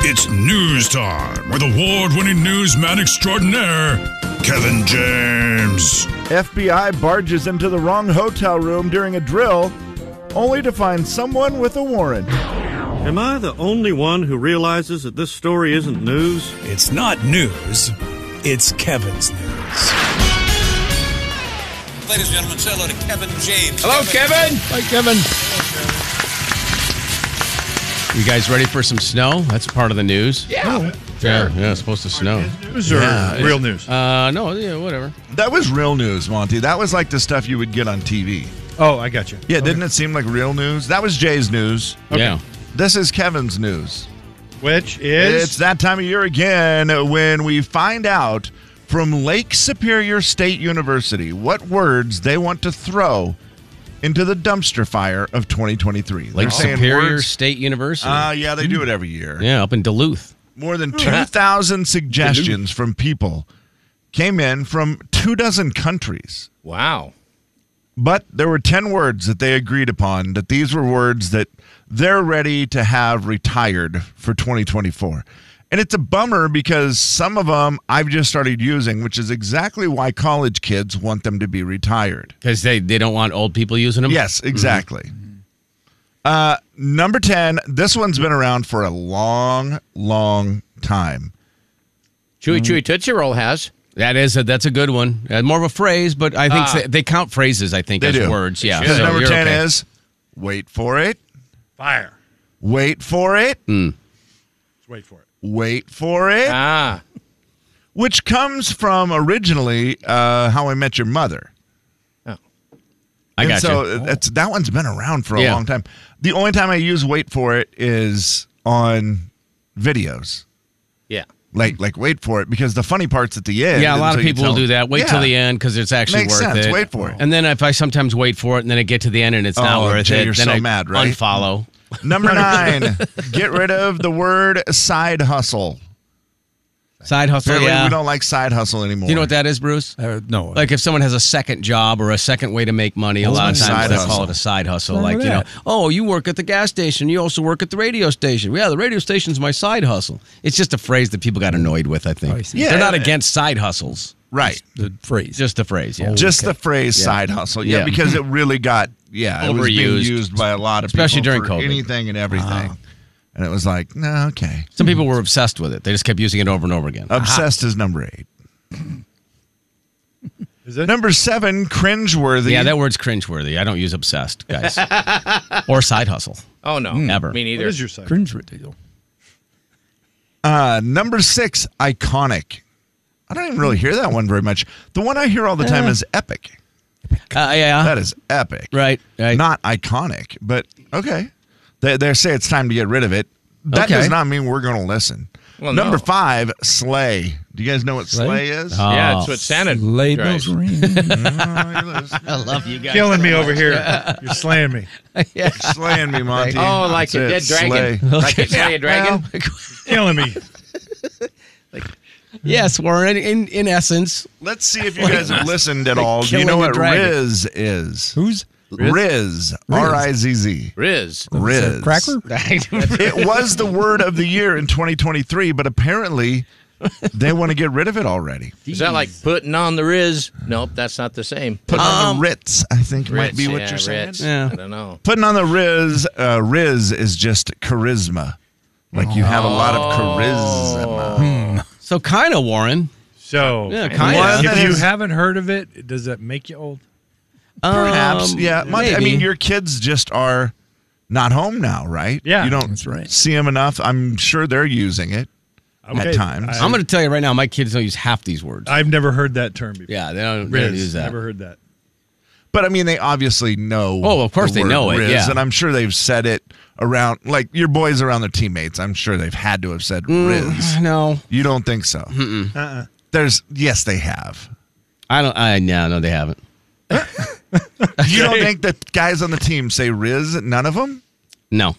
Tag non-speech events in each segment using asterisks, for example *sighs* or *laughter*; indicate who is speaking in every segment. Speaker 1: It's news time with award winning newsman extraordinaire, Kevin James.
Speaker 2: FBI barges into the wrong hotel room during a drill, only to find someone with a warrant.
Speaker 3: Am I the only one who realizes that this story isn't news?
Speaker 4: It's not news, it's Kevin's news.
Speaker 5: Ladies and gentlemen, say hello to Kevin James.
Speaker 6: Hello, Kevin. Hi, Kevin. You guys ready for some snow? That's part of the news.
Speaker 2: Yeah.
Speaker 6: Yeah, yeah, it's supposed to snow.
Speaker 2: Oh. News or
Speaker 6: Yeah,
Speaker 2: real
Speaker 6: it-
Speaker 2: news?
Speaker 6: Uh, no, yeah, whatever.
Speaker 2: That was real news, Monty. That was like the stuff you would get on TV.
Speaker 7: Oh, I got you.
Speaker 2: Yeah, didn't it seem like real news? That was Jay's news.
Speaker 6: Yeah.
Speaker 2: This is Kevin's news.
Speaker 7: Oh. Which is
Speaker 2: It's that time of year again when we find out from Lake Superior State University what words they want to throw into the dumpster fire of 2023.
Speaker 6: Lake
Speaker 2: They're saying
Speaker 6: Superior
Speaker 2: words-
Speaker 6: State University.
Speaker 2: Ah, yeah, they do it every year.
Speaker 6: yeah, up in Duluth.
Speaker 2: More than 2,000 suggestions from people came in from two dozen countries.
Speaker 7: wow.
Speaker 2: But there were 10 words that they agreed upon that these were words that they're ready to have retired for 2024. And it's a bummer because some of them I've just started using, which is exactly why college kids want them to be retired.
Speaker 6: Because they, they don't want old people using them?
Speaker 2: Yes, exactly. Uh, number 10, this one's been around for a long, long time.
Speaker 8: Chewy Chewy
Speaker 2: Mm.
Speaker 8: Tootsie Roll has.
Speaker 6: That is a, that's a good one. Uh, more of a phrase, but I think they, they count phrases, I think,
Speaker 2: Uh, They
Speaker 6: as
Speaker 2: do.
Speaker 6: words. Yeah.
Speaker 2: Because
Speaker 6: so
Speaker 2: number
Speaker 6: you're
Speaker 2: 10
Speaker 6: okay.
Speaker 2: is wait for it,
Speaker 7: Fire.
Speaker 2: wait for it,
Speaker 6: Hmm.
Speaker 7: Let's wait for it.
Speaker 2: wait for it.
Speaker 8: Ah,
Speaker 2: which comes from originally uh, How I Met Your Mother.
Speaker 6: I
Speaker 2: and
Speaker 6: got
Speaker 2: so uh,
Speaker 6: you.
Speaker 2: that's that one's been around for a
Speaker 6: Yeah.
Speaker 2: long time. The only time I use "wait for it" is on videos,
Speaker 8: yeah.
Speaker 2: like like "wait for it" because the funny part's at the end.
Speaker 6: Yeah, a
Speaker 2: and
Speaker 6: lot
Speaker 2: so
Speaker 6: of
Speaker 2: you
Speaker 6: people will
Speaker 2: tell-
Speaker 6: do that. Wait
Speaker 2: Yeah.
Speaker 6: till the end because it's actually
Speaker 2: Makes
Speaker 6: worth
Speaker 2: sense.
Speaker 6: it.
Speaker 2: Wait for it.
Speaker 6: And then if I sometimes wait for it and then I get to the end and it's not
Speaker 2: Oh,
Speaker 6: worth
Speaker 2: Jay,
Speaker 6: it,
Speaker 2: you're
Speaker 6: then
Speaker 2: so
Speaker 6: I
Speaker 2: mad, right? Mm-hmm.
Speaker 6: unfollow. *laughs*
Speaker 2: Number nine, get rid of the word "side hustle."
Speaker 6: Side hustle.
Speaker 2: Apparently,
Speaker 6: yeah.
Speaker 2: we don't like side hustle anymore.
Speaker 6: Do you know what that is, Bruce?
Speaker 9: Uh, no,
Speaker 6: Like if someone has a second job or a second way to make money, a lot of
Speaker 2: Side
Speaker 6: times they
Speaker 2: hustle.
Speaker 6: call it a side hustle.
Speaker 9: What's wrong
Speaker 6: Like
Speaker 9: with
Speaker 6: you know,
Speaker 9: that?
Speaker 6: oh, you work at the gas station, you also work at the radio station. Yeah, the radio station's my side hustle. It's just a phrase that people got annoyed with. I think
Speaker 9: Oh, I see.
Speaker 6: they're
Speaker 2: Yeah.
Speaker 6: not against side hustles.
Speaker 2: Right.
Speaker 9: the phrase.
Speaker 6: Just a phrase, yeah.
Speaker 9: Oh.
Speaker 2: Just the phrase "side hustle," yeah,
Speaker 6: Yeah.
Speaker 2: because it really got yeah it was being
Speaker 6: Overused.
Speaker 2: used by a lot of
Speaker 6: Especially
Speaker 2: people
Speaker 6: during
Speaker 2: for
Speaker 6: COVID. Uh-huh.
Speaker 2: anything and everything, and it was like, no, okay.
Speaker 6: Some people were obsessed with it. They just kept using it over and over again.
Speaker 2: Obsessed is number eight.
Speaker 7: *laughs* Is it?
Speaker 2: Number seven, cringeworthy.
Speaker 6: yeah, that word's cringeworthy. I don't use obsessed,
Speaker 2: *laughs*
Speaker 6: guys, or side hustle. Hmm.
Speaker 8: Oh no,
Speaker 6: Ever.
Speaker 8: Me
Speaker 7: What
Speaker 8: neither.
Speaker 7: is your side?
Speaker 9: cringe ridiculous.
Speaker 2: uh, number six, iconic. I don't even really hear that one very much. The one I hear all the time is epic.
Speaker 6: Uh, yeah,
Speaker 2: That is epic.
Speaker 6: right. right.
Speaker 2: Not iconic, but okay. They, they say it's time to get rid of it. That
Speaker 6: Okay.
Speaker 2: does not mean we're going to listen.
Speaker 8: Well,
Speaker 2: number
Speaker 8: no.
Speaker 2: five, sleigh. Do you guys know what sleigh,
Speaker 9: Sleigh?
Speaker 2: is?
Speaker 6: Oh.
Speaker 8: yeah, that's what Santa
Speaker 9: Lay
Speaker 8: drives.
Speaker 9: those rings.
Speaker 6: I love you guys.
Speaker 7: Killing me over here. You're slaying me.
Speaker 2: Slaying me, Monty.
Speaker 8: Oh, like a dead
Speaker 2: That's it,
Speaker 8: dragon.
Speaker 2: sleigh.
Speaker 8: *laughs* Like a dead dragon.
Speaker 7: Killing me.
Speaker 6: *laughs* yes, Warren. In in essence,
Speaker 2: *laughs* Let's see if you guys have listened at all. Do you know
Speaker 6: killing a
Speaker 2: what
Speaker 6: dragon.
Speaker 2: Riz is?
Speaker 9: Who's
Speaker 2: Riz. R I Z Z.
Speaker 8: Riz.
Speaker 2: Riz.
Speaker 9: cracker?
Speaker 2: It was the word of the year in 2023, but apparently they want to get rid of it already.
Speaker 8: Is that like putting on the Riz? Nope, that's not the same.
Speaker 2: Putting on the Ritz, I think, might be what
Speaker 8: Um, yeah,
Speaker 2: you're saying.
Speaker 8: Ritz.
Speaker 6: Yeah.
Speaker 8: I don't know.
Speaker 2: Putting on the Riz, uh, Riz is just charisma. Like you have a lot of
Speaker 8: Oh.
Speaker 2: charisma.
Speaker 6: so kind of Warren.
Speaker 7: So,
Speaker 6: Yeah, kinda.
Speaker 2: One
Speaker 7: if
Speaker 2: that
Speaker 7: you
Speaker 2: is-
Speaker 7: haven't heard of it, does that make you old?
Speaker 2: Perhaps,
Speaker 6: Um,
Speaker 2: yeah. Mon- I mean,
Speaker 6: maybe.
Speaker 2: your kids just are not home now, right?
Speaker 7: Yeah.
Speaker 2: you don't
Speaker 9: That's right.
Speaker 2: see them enough. I'm sure they're using it. At times.
Speaker 7: I,
Speaker 6: I'm going to tell you right now, my kids don't use half these words.
Speaker 7: I've never heard that term before.
Speaker 6: yeah, they don't, they don't use
Speaker 7: Riz.
Speaker 6: that.
Speaker 7: Never heard that.
Speaker 2: But I mean, they obviously know.
Speaker 6: Oh, of course
Speaker 2: the
Speaker 6: they
Speaker 2: word
Speaker 6: know it,
Speaker 2: Riz,
Speaker 6: yeah.
Speaker 2: and I'm sure they've said it around, like your boys around their teammates. I'm sure they've had to have said
Speaker 6: Mm. *sighs*
Speaker 2: Riz.
Speaker 6: No,
Speaker 2: You don't think so? There's yes, they have.
Speaker 6: I don't. I no, no, they haven't.
Speaker 2: You don't think that guys on the team say Riz? None of them.
Speaker 6: No,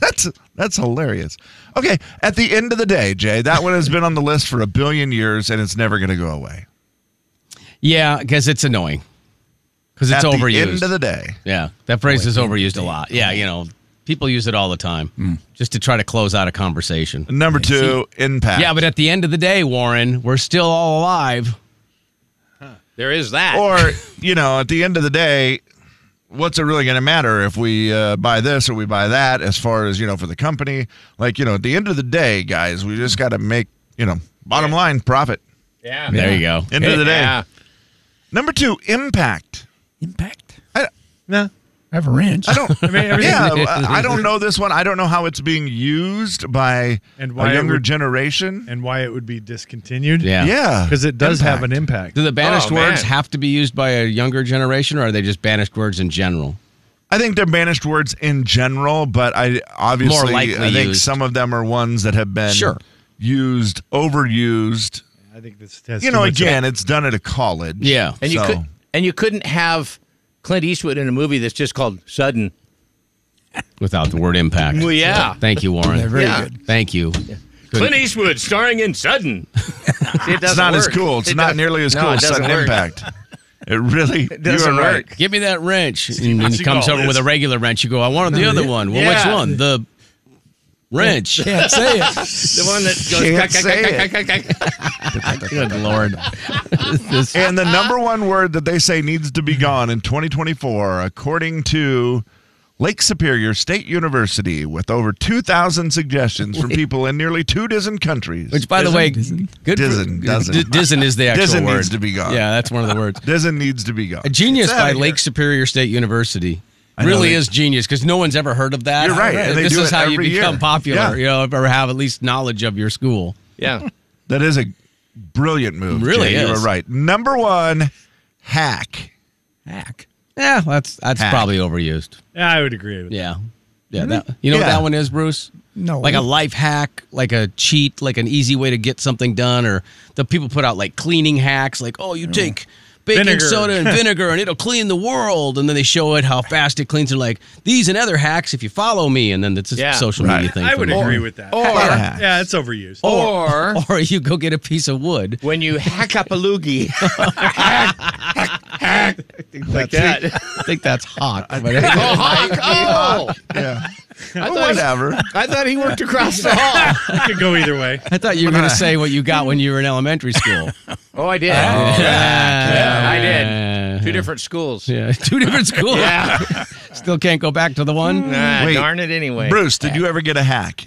Speaker 2: That's that's hilarious. Okay, at the end of the day, Jay, that one has been on the list for a billion years, and it's never going to go away.
Speaker 6: yeah, because it's annoying. Because it's
Speaker 2: at
Speaker 6: overused.
Speaker 2: the end of the day,
Speaker 6: yeah, that phrase is overused a lot. Yeah, you know, People use it all the time
Speaker 9: Mm.
Speaker 6: just to try to close out a conversation.
Speaker 2: Number two, impact.
Speaker 6: Yeah, but at the end of the day, Warren, we're still all alive.
Speaker 8: There is
Speaker 2: *laughs*
Speaker 8: that.
Speaker 2: or you know, at the end of the day, what's it really going to matter if we uh, buy this or we buy that? As far as you know, for the company, like you know, at the end of the day, guys, we just got to make you know, bottom line profit.
Speaker 8: yeah.
Speaker 6: There you go.
Speaker 2: End of the day.
Speaker 8: Yeah.
Speaker 2: Number two, impact.
Speaker 9: Impact.
Speaker 7: No.
Speaker 9: *laughs* I have a ranch.
Speaker 2: I don't.
Speaker 7: I mean,
Speaker 2: *laughs*
Speaker 7: everything.
Speaker 2: yeah, I I don't know this one. I don't know how it's being used by
Speaker 7: And why
Speaker 2: a
Speaker 7: it
Speaker 2: younger
Speaker 7: would-
Speaker 2: generation.
Speaker 7: And why it would be discontinued?
Speaker 6: Yeah.
Speaker 2: yeah,
Speaker 7: Because it does have an impact.
Speaker 6: Do the banished
Speaker 8: Oh, man.
Speaker 6: words have to be used by a younger generation, or are they just banished words in general?
Speaker 2: I think they're banished words in general, but I obviously
Speaker 6: More likely
Speaker 2: I think
Speaker 6: used.
Speaker 2: some of them are ones that have been
Speaker 6: Sure.
Speaker 2: used, overused.
Speaker 7: I think this has
Speaker 2: You
Speaker 7: too
Speaker 2: know,
Speaker 7: much-
Speaker 2: again, it's done at a college.
Speaker 6: Yeah.
Speaker 8: And you
Speaker 2: So-
Speaker 8: could and you couldn't have Clint Eastwood in a movie that's just called Sudden.
Speaker 6: Without the word impact.
Speaker 8: Well, yeah.
Speaker 6: Thank you, Warren.
Speaker 9: They're very
Speaker 8: Yeah.
Speaker 9: good.
Speaker 6: Thank you.
Speaker 8: Clint Eastwood starring
Speaker 2: *laughs*
Speaker 8: in Sudden.
Speaker 2: it's not as cool. It's not nearly as
Speaker 8: No,
Speaker 2: cool.
Speaker 8: it
Speaker 2: as
Speaker 8: doesn't
Speaker 2: sudden
Speaker 8: work. *laughs*
Speaker 2: impact. It really
Speaker 8: It doesn't
Speaker 2: you are right.
Speaker 8: work. *laughs*
Speaker 6: Give me that wrench. And when he
Speaker 8: you
Speaker 6: comes
Speaker 8: call
Speaker 6: over
Speaker 8: this?
Speaker 6: with a regular wrench, you go, I wanted the other one. Well,
Speaker 8: Yeah.
Speaker 6: which one? The
Speaker 8: *laughs*
Speaker 6: wrench.
Speaker 9: Can't say it.
Speaker 8: The one that goes
Speaker 2: Can't
Speaker 8: "Kak, kak,
Speaker 2: say
Speaker 8: kak,
Speaker 2: it.
Speaker 8: kak, kak, kak."
Speaker 6: Good Lord.
Speaker 2: And the number one word that they say needs to
Speaker 8: Mm-hmm.
Speaker 2: be gone in 2024, according to Lake Superior State University, with over 2,000 suggestions from people in nearly two dozen countries.
Speaker 6: Which, by the way, good. for-
Speaker 2: Doesn't, doesn't.
Speaker 6: D- doesn't
Speaker 2: *laughs*
Speaker 6: is the actual
Speaker 2: Doesn't
Speaker 6: word.
Speaker 2: needs to be gone.
Speaker 6: Yeah, that's one of the
Speaker 2: *laughs*
Speaker 6: words.
Speaker 2: doesn't needs to be gone.
Speaker 6: A genius
Speaker 2: It's outta
Speaker 6: by
Speaker 2: here.
Speaker 6: Lake Superior State University.
Speaker 2: know
Speaker 6: Really
Speaker 2: they-
Speaker 6: is genius because no one's ever heard of that.
Speaker 2: You're right, and they
Speaker 6: this
Speaker 2: do
Speaker 6: is
Speaker 2: it
Speaker 6: how you
Speaker 2: every year.
Speaker 6: become popular,
Speaker 2: Yeah.
Speaker 6: you know, or have at least knowledge of your school.
Speaker 8: Yeah.
Speaker 2: *laughs* That is a brilliant move.
Speaker 6: Really
Speaker 2: Jay. You
Speaker 6: is.
Speaker 2: were right. Number one, hack.
Speaker 9: Hack.
Speaker 6: Yeah, that's that's
Speaker 2: Hack.
Speaker 6: probably overused.
Speaker 7: Yeah, I would agree with
Speaker 6: Yeah. Yeah, that, you know what
Speaker 2: Yeah.
Speaker 6: that one is, Bruce?
Speaker 9: No.
Speaker 6: Like a life hack, like a cheat, like an easy way to get something done, or the people put out like cleaning hacks, like, oh, you take baking
Speaker 7: Vinegar.
Speaker 6: soda and vinegar and it'll clean the world. And then they show it how fast it cleans. And like, these and other hacks if you follow me. And then it's a
Speaker 8: Yeah.
Speaker 6: social
Speaker 2: Right.
Speaker 6: media
Speaker 7: that.
Speaker 6: thing.
Speaker 7: I
Speaker 6: from
Speaker 7: would
Speaker 6: there.
Speaker 7: agree with that.
Speaker 8: Or-
Speaker 7: yeah, it's overused.
Speaker 8: Or
Speaker 6: *laughs* Or you go get a piece of wood.
Speaker 8: when you hack up
Speaker 2: *laughs*
Speaker 8: a loogie. like
Speaker 2: *laughs*
Speaker 8: that.
Speaker 6: I think that's hot.
Speaker 8: Oh,
Speaker 6: *laughs* But-
Speaker 8: hawk. Oh.
Speaker 2: Yeah.
Speaker 8: I
Speaker 2: Well,
Speaker 8: thought,
Speaker 2: whatever.
Speaker 9: *laughs*
Speaker 8: I thought he worked across the
Speaker 2: *laughs*
Speaker 8: hall.
Speaker 7: It could go either way.
Speaker 6: I thought you were going to say what you got when you were in elementary school.
Speaker 8: Oh, I did.
Speaker 2: Uh,
Speaker 8: I did. Two different schools. *laughs*
Speaker 6: *laughs*
Speaker 8: Yeah.
Speaker 6: Yeah, two different schools. Still can't go back to the one.
Speaker 8: Ah,
Speaker 2: Wait.
Speaker 8: darn it anyway.
Speaker 2: Bruce, did you ever get a hack?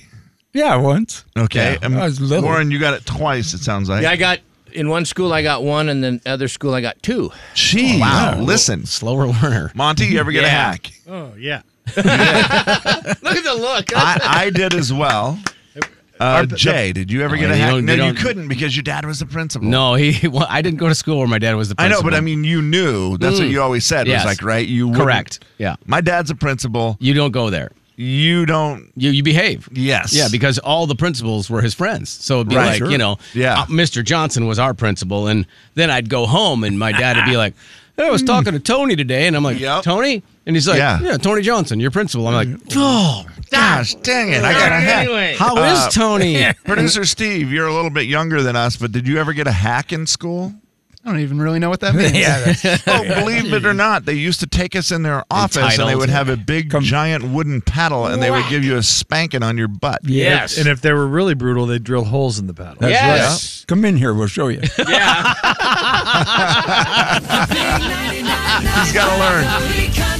Speaker 9: Yeah, once.
Speaker 2: Okay. um,
Speaker 9: Yeah, I was little.
Speaker 2: Warren, you got it twice, it sounds like.
Speaker 8: Yeah, I got in one school I got one and then other school I got two.
Speaker 2: Jeez. Wow. Listen,
Speaker 6: Slower learner.
Speaker 2: Monty, you ever get a
Speaker 8: Yeah.
Speaker 2: hack?
Speaker 7: Oh, yeah.
Speaker 8: Look at the look.
Speaker 2: I, I did as
Speaker 6: *laughs*
Speaker 2: well. Uh, Jay, did you ever get a
Speaker 6: they
Speaker 2: hack?
Speaker 6: Oh, don't-
Speaker 2: No,
Speaker 6: they
Speaker 2: you
Speaker 6: don't-
Speaker 2: couldn't because your dad was the principal.
Speaker 6: No, he. *laughs* Well, I didn't go to school where my dad was the
Speaker 2: I know,
Speaker 6: principal. Mm.
Speaker 2: but I mean, you knew. That's what you always said.
Speaker 6: Yes.
Speaker 2: Was like, right? You wouldn't-
Speaker 6: correct. Yeah,
Speaker 2: My dad's a principal.
Speaker 6: you don't go there.
Speaker 2: You don't.
Speaker 6: You you behave.
Speaker 2: Yes.
Speaker 6: Yeah, because all the principals were his friends. So it'd be
Speaker 2: Right.
Speaker 6: like,
Speaker 2: Sure.
Speaker 6: you know,
Speaker 2: Yeah.
Speaker 6: uh, Mr. Johnson was our principal. And then I'd go home and my dad would be like, I was talking to Tony today. And I'm like,
Speaker 2: Hmm. Yep.
Speaker 6: Tony? And he's like,
Speaker 2: Yeah.
Speaker 6: yeah. Tony Johnson, your principal. I'm like,
Speaker 2: Oh gosh, dang it! I got a hack.
Speaker 8: anyway.
Speaker 6: how is
Speaker 2: Uh, *laughs*
Speaker 6: Tony?
Speaker 2: Producer Steve, you're a little bit younger than us, but did you ever get a hack in school?
Speaker 10: I don't even really know what that means.
Speaker 2: *laughs*
Speaker 9: Yeah.
Speaker 10: *laughs*
Speaker 9: that's-
Speaker 2: Oh, believe it or not, they used to take us in their office and they
Speaker 6: Entitled.
Speaker 2: would have a big, giant wooden paddle and they would give you a spanking on your butt.
Speaker 8: yes.
Speaker 7: And if they were really brutal, they'd drill holes in the paddle.
Speaker 9: that's right.
Speaker 8: Yes.
Speaker 9: Come in here. We'll show you.
Speaker 8: yeah.
Speaker 6: *laughs*
Speaker 2: He's got to learn.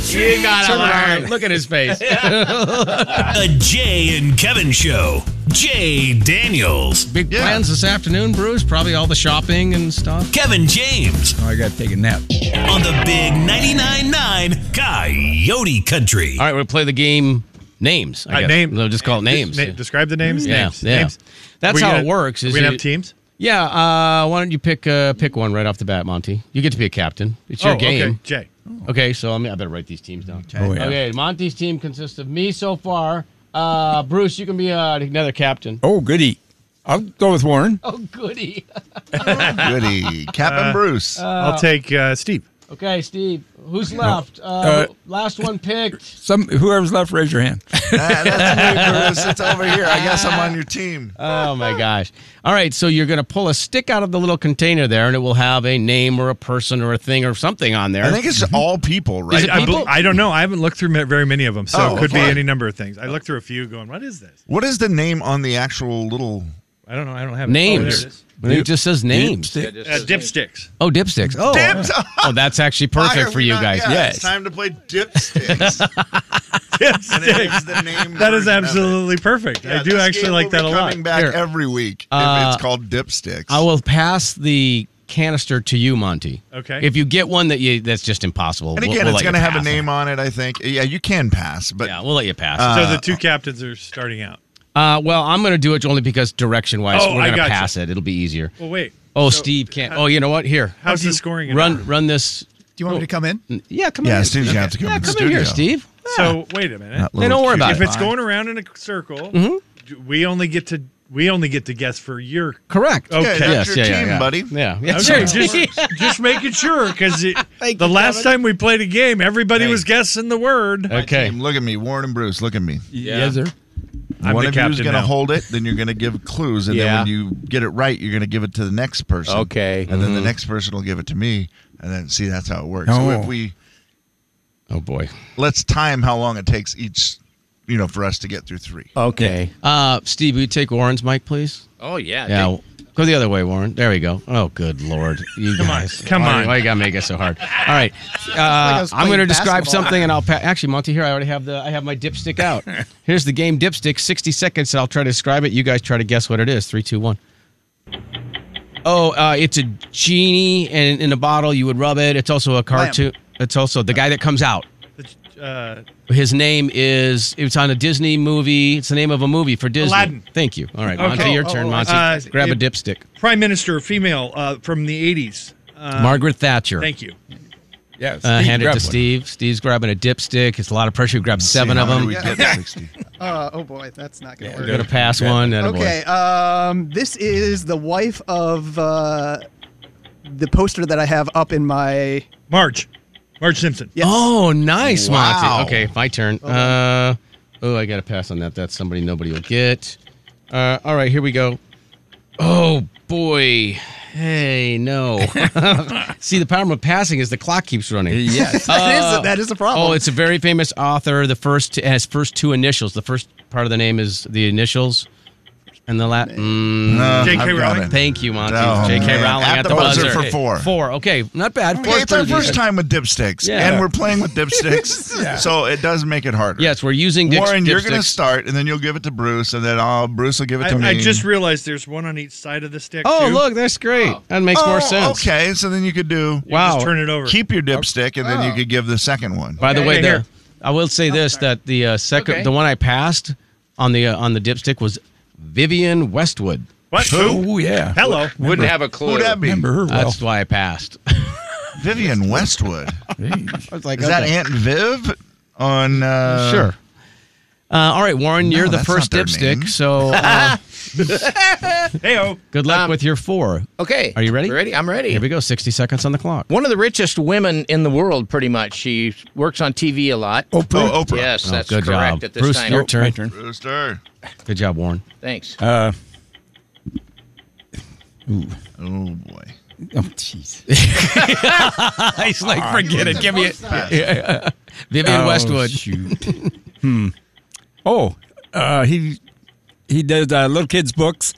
Speaker 8: You gotta learn.
Speaker 6: Look at his
Speaker 2: *laughs*
Speaker 6: face.
Speaker 4: The Jay and Kevin Show. Jay Daniels.
Speaker 6: Big
Speaker 2: Yeah.
Speaker 6: plans this afternoon, Bruce. Probably all the shopping and stuff.
Speaker 4: Kevin James
Speaker 9: Oh, I got to take a nap.
Speaker 4: on the big 99.9 9 Coyote Country.
Speaker 6: All right, we'll play the game names. I
Speaker 7: Uh,
Speaker 6: guess.
Speaker 7: name.
Speaker 6: We'll just call it names.
Speaker 7: Na- describe the names.
Speaker 6: Yeah,
Speaker 7: names.
Speaker 6: yeah.
Speaker 7: names.
Speaker 6: That's
Speaker 7: We
Speaker 6: how
Speaker 7: gonna-
Speaker 6: it works.
Speaker 7: We
Speaker 6: Is
Speaker 7: gonna
Speaker 6: you-
Speaker 7: have teams.
Speaker 6: Yeah. Uh, why don't you pick uh, pick one right off the bat, Monty? You get to be a captain. It's your
Speaker 7: oh, okay.
Speaker 6: game.
Speaker 7: Jay.
Speaker 6: Okay. so I, mean, I better write these teams down. Okay.
Speaker 9: Oh, yeah.
Speaker 6: Monty's team consists of me so far. Uh, Bruce, you can be uh, another captain.
Speaker 9: Oh, goody. I'll go with Warren.
Speaker 6: Oh, goody. *laughs*
Speaker 10: *laughs*
Speaker 2: Goody. Captain Bruce.
Speaker 7: I'll take uh, Steve.
Speaker 6: Okay, Steve.
Speaker 11: Who's
Speaker 9: Oh.
Speaker 11: left? Uh, last one picked.
Speaker 9: *laughs* Some whoever's left, raise your hand.
Speaker 2: Ah, that's me, Bruce. It's over here. I guess I'm on your team.
Speaker 10: Uh,
Speaker 6: Oh my gosh. All right, so you're going to pull a stick out of the little container there and it will have a name or a person or a thing or something on there.
Speaker 2: I think it's all people,
Speaker 6: Is
Speaker 2: right?
Speaker 6: it
Speaker 7: I, bel-
Speaker 6: people?
Speaker 7: I don't know. I haven't looked through ma- very many of them, so
Speaker 2: Oh,
Speaker 7: it could
Speaker 2: fine.
Speaker 7: be any number of things. I looked through a few, going, "What is this?"
Speaker 2: What is the name on the actual little?
Speaker 7: I don't know. I don't have it. Oh, there it
Speaker 6: names.
Speaker 7: is.
Speaker 6: But it just says names.
Speaker 7: Uh, *laughs* dipsticks.
Speaker 6: Oh, dipsticks.
Speaker 2: *laughs*
Speaker 6: Oh.
Speaker 2: Dips-
Speaker 6: oh, that's actually
Speaker 2: Why are
Speaker 6: perfect for
Speaker 2: we
Speaker 6: you
Speaker 2: not-
Speaker 6: guys.
Speaker 2: yeah,
Speaker 6: Yes.
Speaker 2: It's time to play dipsticks. and it is the name
Speaker 7: That is
Speaker 2: version of it.
Speaker 7: absolutely perfect.
Speaker 2: Yeah,
Speaker 7: I do
Speaker 2: this
Speaker 7: actually
Speaker 2: game
Speaker 7: like
Speaker 2: will be
Speaker 7: that a lot.
Speaker 2: Coming back
Speaker 6: Here.
Speaker 2: every week. If it's called dipsticks.
Speaker 6: I will pass the canister to you, Monty.
Speaker 7: Okay.
Speaker 6: If you get one that you that's just impossible.
Speaker 2: and
Speaker 6: we'll-
Speaker 2: again,
Speaker 6: we'll
Speaker 2: it's
Speaker 6: let you
Speaker 2: going to have a
Speaker 6: pass it.
Speaker 2: name on it. I think. Yeah, you can pass, but uh,
Speaker 6: Yeah, we'll let you pass.
Speaker 7: So the two captains are starting out.
Speaker 6: Uh, well, I'm going to do it only because direction wise,
Speaker 7: Oh,
Speaker 6: we're
Speaker 7: I
Speaker 6: going to
Speaker 7: gotcha.
Speaker 6: pass it. It'll be easier.
Speaker 7: Well, wait.
Speaker 6: Oh,
Speaker 7: So
Speaker 6: Steve can't. oh, you know what? Here,
Speaker 7: How's the scoring? in
Speaker 6: run,
Speaker 7: order?
Speaker 6: run this.
Speaker 10: Do you want me to come in?
Speaker 6: Yeah, come
Speaker 2: yeah,
Speaker 6: in.
Speaker 2: Steve's going to have to come
Speaker 6: yeah,
Speaker 2: in the
Speaker 6: come in
Speaker 2: studio.
Speaker 6: here, Steve.
Speaker 7: So wait a minute.
Speaker 9: Uh,
Speaker 2: That little
Speaker 6: don't worry
Speaker 2: cutie
Speaker 6: about it.
Speaker 7: If it's
Speaker 2: pie.
Speaker 7: going around in a circle,
Speaker 6: Mm-hmm.
Speaker 7: do- we only get to we only get to guess for your.
Speaker 6: Correct.
Speaker 7: Okay.
Speaker 2: Yeah,
Speaker 6: Yes,
Speaker 2: that's your
Speaker 6: yeah, yeah,
Speaker 2: team,
Speaker 6: yeah.
Speaker 2: buddy.
Speaker 6: Yeah. *laughs* yeah.
Speaker 7: Okay, just, just making sure because
Speaker 9: *laughs*
Speaker 6: Thank
Speaker 7: the
Speaker 6: you,
Speaker 7: last
Speaker 6: Kevin.
Speaker 7: time we played a game, everybody
Speaker 2: Hey.
Speaker 7: was guessing the word.
Speaker 6: okay.
Speaker 2: Team, look at me, Warren and Bruce. Look at me.
Speaker 9: Yes, sir.
Speaker 7: I'm
Speaker 2: One
Speaker 7: the
Speaker 2: of you is
Speaker 7: captain
Speaker 2: going to
Speaker 7: now.
Speaker 2: hold it, then you're going to give clues, and
Speaker 8: Yeah.
Speaker 2: then when you get it right, you're going to give it to the next person.
Speaker 8: Okay.
Speaker 2: And then the next person will give it to me, and then see that's how it works. So
Speaker 9: Oh.
Speaker 2: if we
Speaker 6: Oh boy.
Speaker 2: let's time how long it takes each, you know, for us to get through three.
Speaker 8: Okay.
Speaker 6: Uh, Steve, will you take Warren's mic, please?
Speaker 8: Oh yeah.
Speaker 6: yeah. w- Go the other way, Warren. There we go. Oh, good lord, you guys!
Speaker 7: Come
Speaker 6: Why-
Speaker 7: on.
Speaker 6: why you gotta make it so hard? All
Speaker 10: *laughs*
Speaker 6: right, uh,
Speaker 10: I was
Speaker 6: I'm
Speaker 10: playing
Speaker 6: going to describe
Speaker 10: basketball.
Speaker 6: something, and I'll pa- actually, Monty, here I already have the I have my dipstick out.
Speaker 10: *laughs*
Speaker 6: Here's the game dipstick. 60 seconds, and I'll try to describe it. You guys try to guess what it is. Three, two, one. Oh, uh, it's a genie, and in a bottle, you would rub it. It's also a cartoon. It's also the guy that comes out.
Speaker 7: Uh,
Speaker 6: His name is. It was on a Disney movie. It's the name of a movie for Disney.
Speaker 7: Aladdin.
Speaker 6: Thank you. All right,
Speaker 7: Okay.
Speaker 6: Monty, your
Speaker 7: Oh,
Speaker 6: turn.
Speaker 7: oh, I
Speaker 6: Monty,
Speaker 7: see. Uh,
Speaker 6: grab a
Speaker 7: it-
Speaker 6: dipstick.
Speaker 7: Prime Minister, female uh, from the 80s. Uh,
Speaker 6: Margaret Thatcher.
Speaker 7: Thank you.
Speaker 9: Yes.
Speaker 6: Uh,
Speaker 9: Steve,
Speaker 6: hand it
Speaker 9: grab
Speaker 6: to
Speaker 9: one.
Speaker 6: Steve. Steve's grabbing a dipstick. It's a lot of pressure. He grabbed seven of them.
Speaker 2: We get 60.
Speaker 10: Uh, oh boy, that's not gonna work.
Speaker 6: Gonna pass one. And
Speaker 10: Okay. Um, this is the wife of uh, the poster that I have up in my.
Speaker 7: Marge. Marge Simpson.
Speaker 10: Yes.
Speaker 6: Oh, nice,
Speaker 2: Wow.
Speaker 6: Monty. Okay, my turn. Uh, oh, I got to pass on that. That's somebody nobody will get. Uh, all right, here we go. Oh boy. Hey, no. *laughs* See, the problem of passing is the clock keeps running.
Speaker 9: Yes.
Speaker 10: that is that is the problem.
Speaker 6: Oh, it's a very famous author. The first it has first two initials. The first part of the name is the initials, and the last.
Speaker 2: Uh,
Speaker 7: J.K.
Speaker 2: I've got
Speaker 7: Rowling?
Speaker 2: it.
Speaker 6: Thank you, Monty.
Speaker 2: Oh,
Speaker 6: J.K.
Speaker 2: man.
Speaker 6: Rowling
Speaker 2: At
Speaker 6: at,
Speaker 2: the
Speaker 6: the,
Speaker 2: buzzer
Speaker 6: buzzer.
Speaker 2: for four.
Speaker 6: Four. Okay, not bad. Four
Speaker 2: Yeah, it's our
Speaker 6: thirty.
Speaker 2: first time with dipsticks,
Speaker 6: Yeah.
Speaker 2: and we're playing with
Speaker 6: *laughs*
Speaker 2: dipsticks, so it does make it harder.
Speaker 6: Yes, we're using dic-
Speaker 2: Warren, you're going to
Speaker 6: dipsticks.
Speaker 2: start, and then you'll give it to Bruce, and then I'll, Bruce will give it
Speaker 7: I,
Speaker 2: to me.
Speaker 7: I just realized there's one on each side of the stick.
Speaker 6: Oh,
Speaker 7: too.
Speaker 6: look, that's great. That makes
Speaker 2: oh,
Speaker 6: more sense.
Speaker 2: Okay, so then you could do
Speaker 7: You
Speaker 6: Wow.
Speaker 7: Just turn it over.
Speaker 2: keep your dipstick, and then
Speaker 6: Oh.
Speaker 2: you could give the second one.
Speaker 6: By the way,
Speaker 7: Okay,
Speaker 6: the,
Speaker 7: here.
Speaker 6: I will say this: that the uh, second,
Speaker 8: Okay.
Speaker 6: the one I passed on the uh, on the dipstick was Vivian Westwood.
Speaker 7: what? Who?
Speaker 9: Oh yeah.
Speaker 7: Hello.
Speaker 8: Wouldn't have a clue.
Speaker 2: Who'd that be?
Speaker 9: Remember her well.
Speaker 6: That's why I passed.
Speaker 2: Vivian Westwood.
Speaker 9: Jeez.
Speaker 6: *laughs* I was like,
Speaker 2: Is that Aunt Viv on? Uh,
Speaker 6: sure. Uh, all right, Warren, you're the
Speaker 2: that's
Speaker 6: first
Speaker 2: not their name.
Speaker 6: dipstick, so uh,
Speaker 7: Heyo.
Speaker 6: good luck
Speaker 8: Um,
Speaker 6: with your four.
Speaker 8: Okay.
Speaker 6: Are you ready?
Speaker 8: Ready? I'm ready.
Speaker 6: Here we go. Sixty seconds on the clock.
Speaker 8: One of the richest women in the world, pretty much. She works on TV a lot.
Speaker 9: Oprah.
Speaker 2: Oh, Oprah.
Speaker 8: Yes,
Speaker 6: Oh,
Speaker 8: that's
Speaker 6: good
Speaker 8: correct
Speaker 6: job.
Speaker 8: at this
Speaker 6: Bruce,
Speaker 8: time.
Speaker 6: your
Speaker 8: Oh,
Speaker 9: My
Speaker 6: turn.
Speaker 9: turn.
Speaker 2: Brewster.
Speaker 6: Good job, Warren.
Speaker 8: Thanks.
Speaker 9: Uh,
Speaker 2: Oh boy.
Speaker 9: oh, jeez.
Speaker 6: *laughs* He's like, forget it. Give me it. Vivian
Speaker 9: Oh,
Speaker 6: Westwood.
Speaker 9: Shoot. hmm. Oh, uh, he he does uh, little kids' books.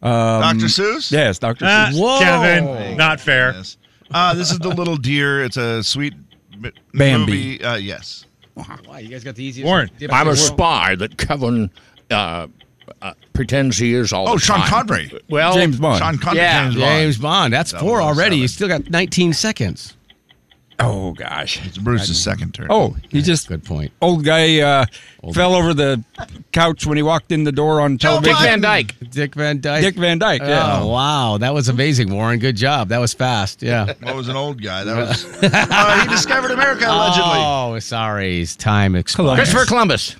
Speaker 6: Um,
Speaker 2: Dr. Seuss.
Speaker 9: Yes, Doctor.
Speaker 7: Ah,
Speaker 6: Whoa.
Speaker 7: Kevin. Not fair.
Speaker 2: Yes. Uh, this is the little deer. It's a sweet m-
Speaker 9: Bambi.
Speaker 2: movie. Uh, yes.
Speaker 6: Wow, you guys got the easiest.
Speaker 7: Warren,
Speaker 8: I'm a spy that Kevin uh, uh, pretends he is all
Speaker 2: Oh,
Speaker 8: the
Speaker 2: Sean
Speaker 8: time.
Speaker 2: Connery.
Speaker 8: Well,
Speaker 9: James Bond.
Speaker 2: Sean Connery.
Speaker 8: Yeah.
Speaker 2: James Bond.
Speaker 6: James Bond. That's
Speaker 2: That
Speaker 6: four
Speaker 2: was
Speaker 6: already.
Speaker 2: seven.
Speaker 6: You still got 19 seconds.
Speaker 9: Oh gosh.
Speaker 2: It's Bruce's second turn.
Speaker 9: Oh, he just
Speaker 6: Good point.
Speaker 9: old guy uh, fell over the couch when he walked in the door on
Speaker 8: Dick
Speaker 9: television.
Speaker 8: Van Dyke.
Speaker 6: Dick Van Dyke.
Speaker 9: Dick Van Dyke. Yeah.
Speaker 6: Oh, wow. That was amazing, Warren. Good job. That was fast. Yeah.
Speaker 2: that was an old guy.
Speaker 6: *laughs*
Speaker 2: That was. uh, he discovered America allegedly.
Speaker 6: Oh, sorry. His time expired.
Speaker 8: Christopher Columbus.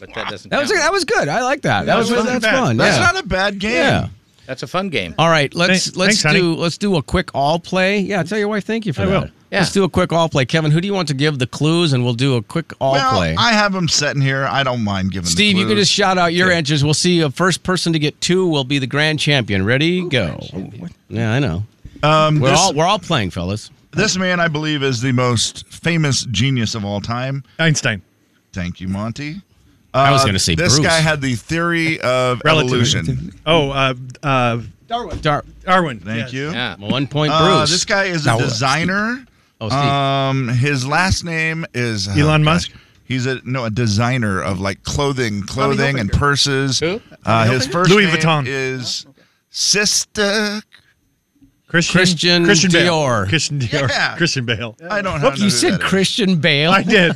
Speaker 8: But that doesn't.
Speaker 6: That was,
Speaker 8: count.
Speaker 6: that was good. I like that. That, was,
Speaker 7: wasn't
Speaker 6: that's
Speaker 7: bad.
Speaker 6: fun.
Speaker 2: That's
Speaker 6: yeah.
Speaker 2: not a bad game.
Speaker 6: Yeah.
Speaker 8: That's a fun game.
Speaker 6: All right, let's
Speaker 7: Thanks-
Speaker 6: let's
Speaker 7: thanks, honey.
Speaker 6: do let's do a quick all play. Yeah, tell your wife thank you for
Speaker 7: I
Speaker 6: that.
Speaker 7: will.
Speaker 6: Let's do a quick all play. Kevin, who do you want to give the clues, and we'll do a quick all
Speaker 2: well,
Speaker 6: play.
Speaker 2: I have them sitting here. I don't mind giving. the
Speaker 6: Steve, you can
Speaker 2: clues.
Speaker 6: just shout out your answers. We'll see. The first person to get two will be the grand champion. Ready? go. Yeah, I know.
Speaker 2: Um,
Speaker 6: we're
Speaker 2: this-
Speaker 6: all we're all playing, fellas.
Speaker 2: This man, I believe, is the most famous genius of all time.
Speaker 7: Einstein.
Speaker 2: Thank you, Monty.
Speaker 6: I was
Speaker 2: Uh,
Speaker 6: gonna say
Speaker 2: this
Speaker 6: Bruce.
Speaker 2: guy had the theory of evolution.
Speaker 7: Oh, uh, uh,
Speaker 6: Darwin. Dar-
Speaker 7: Darwin.
Speaker 2: Thank
Speaker 7: yes.
Speaker 2: you.
Speaker 6: yeah, one point,
Speaker 2: Uh,
Speaker 6: Bruce.
Speaker 2: this guy is a
Speaker 6: Now, uh,
Speaker 2: designer.
Speaker 6: Oh, Steve.
Speaker 2: Um, his last name is oh,
Speaker 7: Elon Musk?
Speaker 2: He's a no a designer of like clothing, clothing and
Speaker 10: Hilfiger.
Speaker 2: purses. Uh, his
Speaker 7: Hilfiger?
Speaker 2: first
Speaker 7: Louis
Speaker 2: name
Speaker 7: Vuitton.
Speaker 2: is Sister.
Speaker 7: Christian,
Speaker 6: Christian
Speaker 7: Bale.
Speaker 6: Dior.
Speaker 7: Christian Dior.
Speaker 2: Yeah.
Speaker 7: *laughs* Christian Bale.
Speaker 2: I don't know.
Speaker 6: Whoops, you said Christian Bale.
Speaker 7: I did.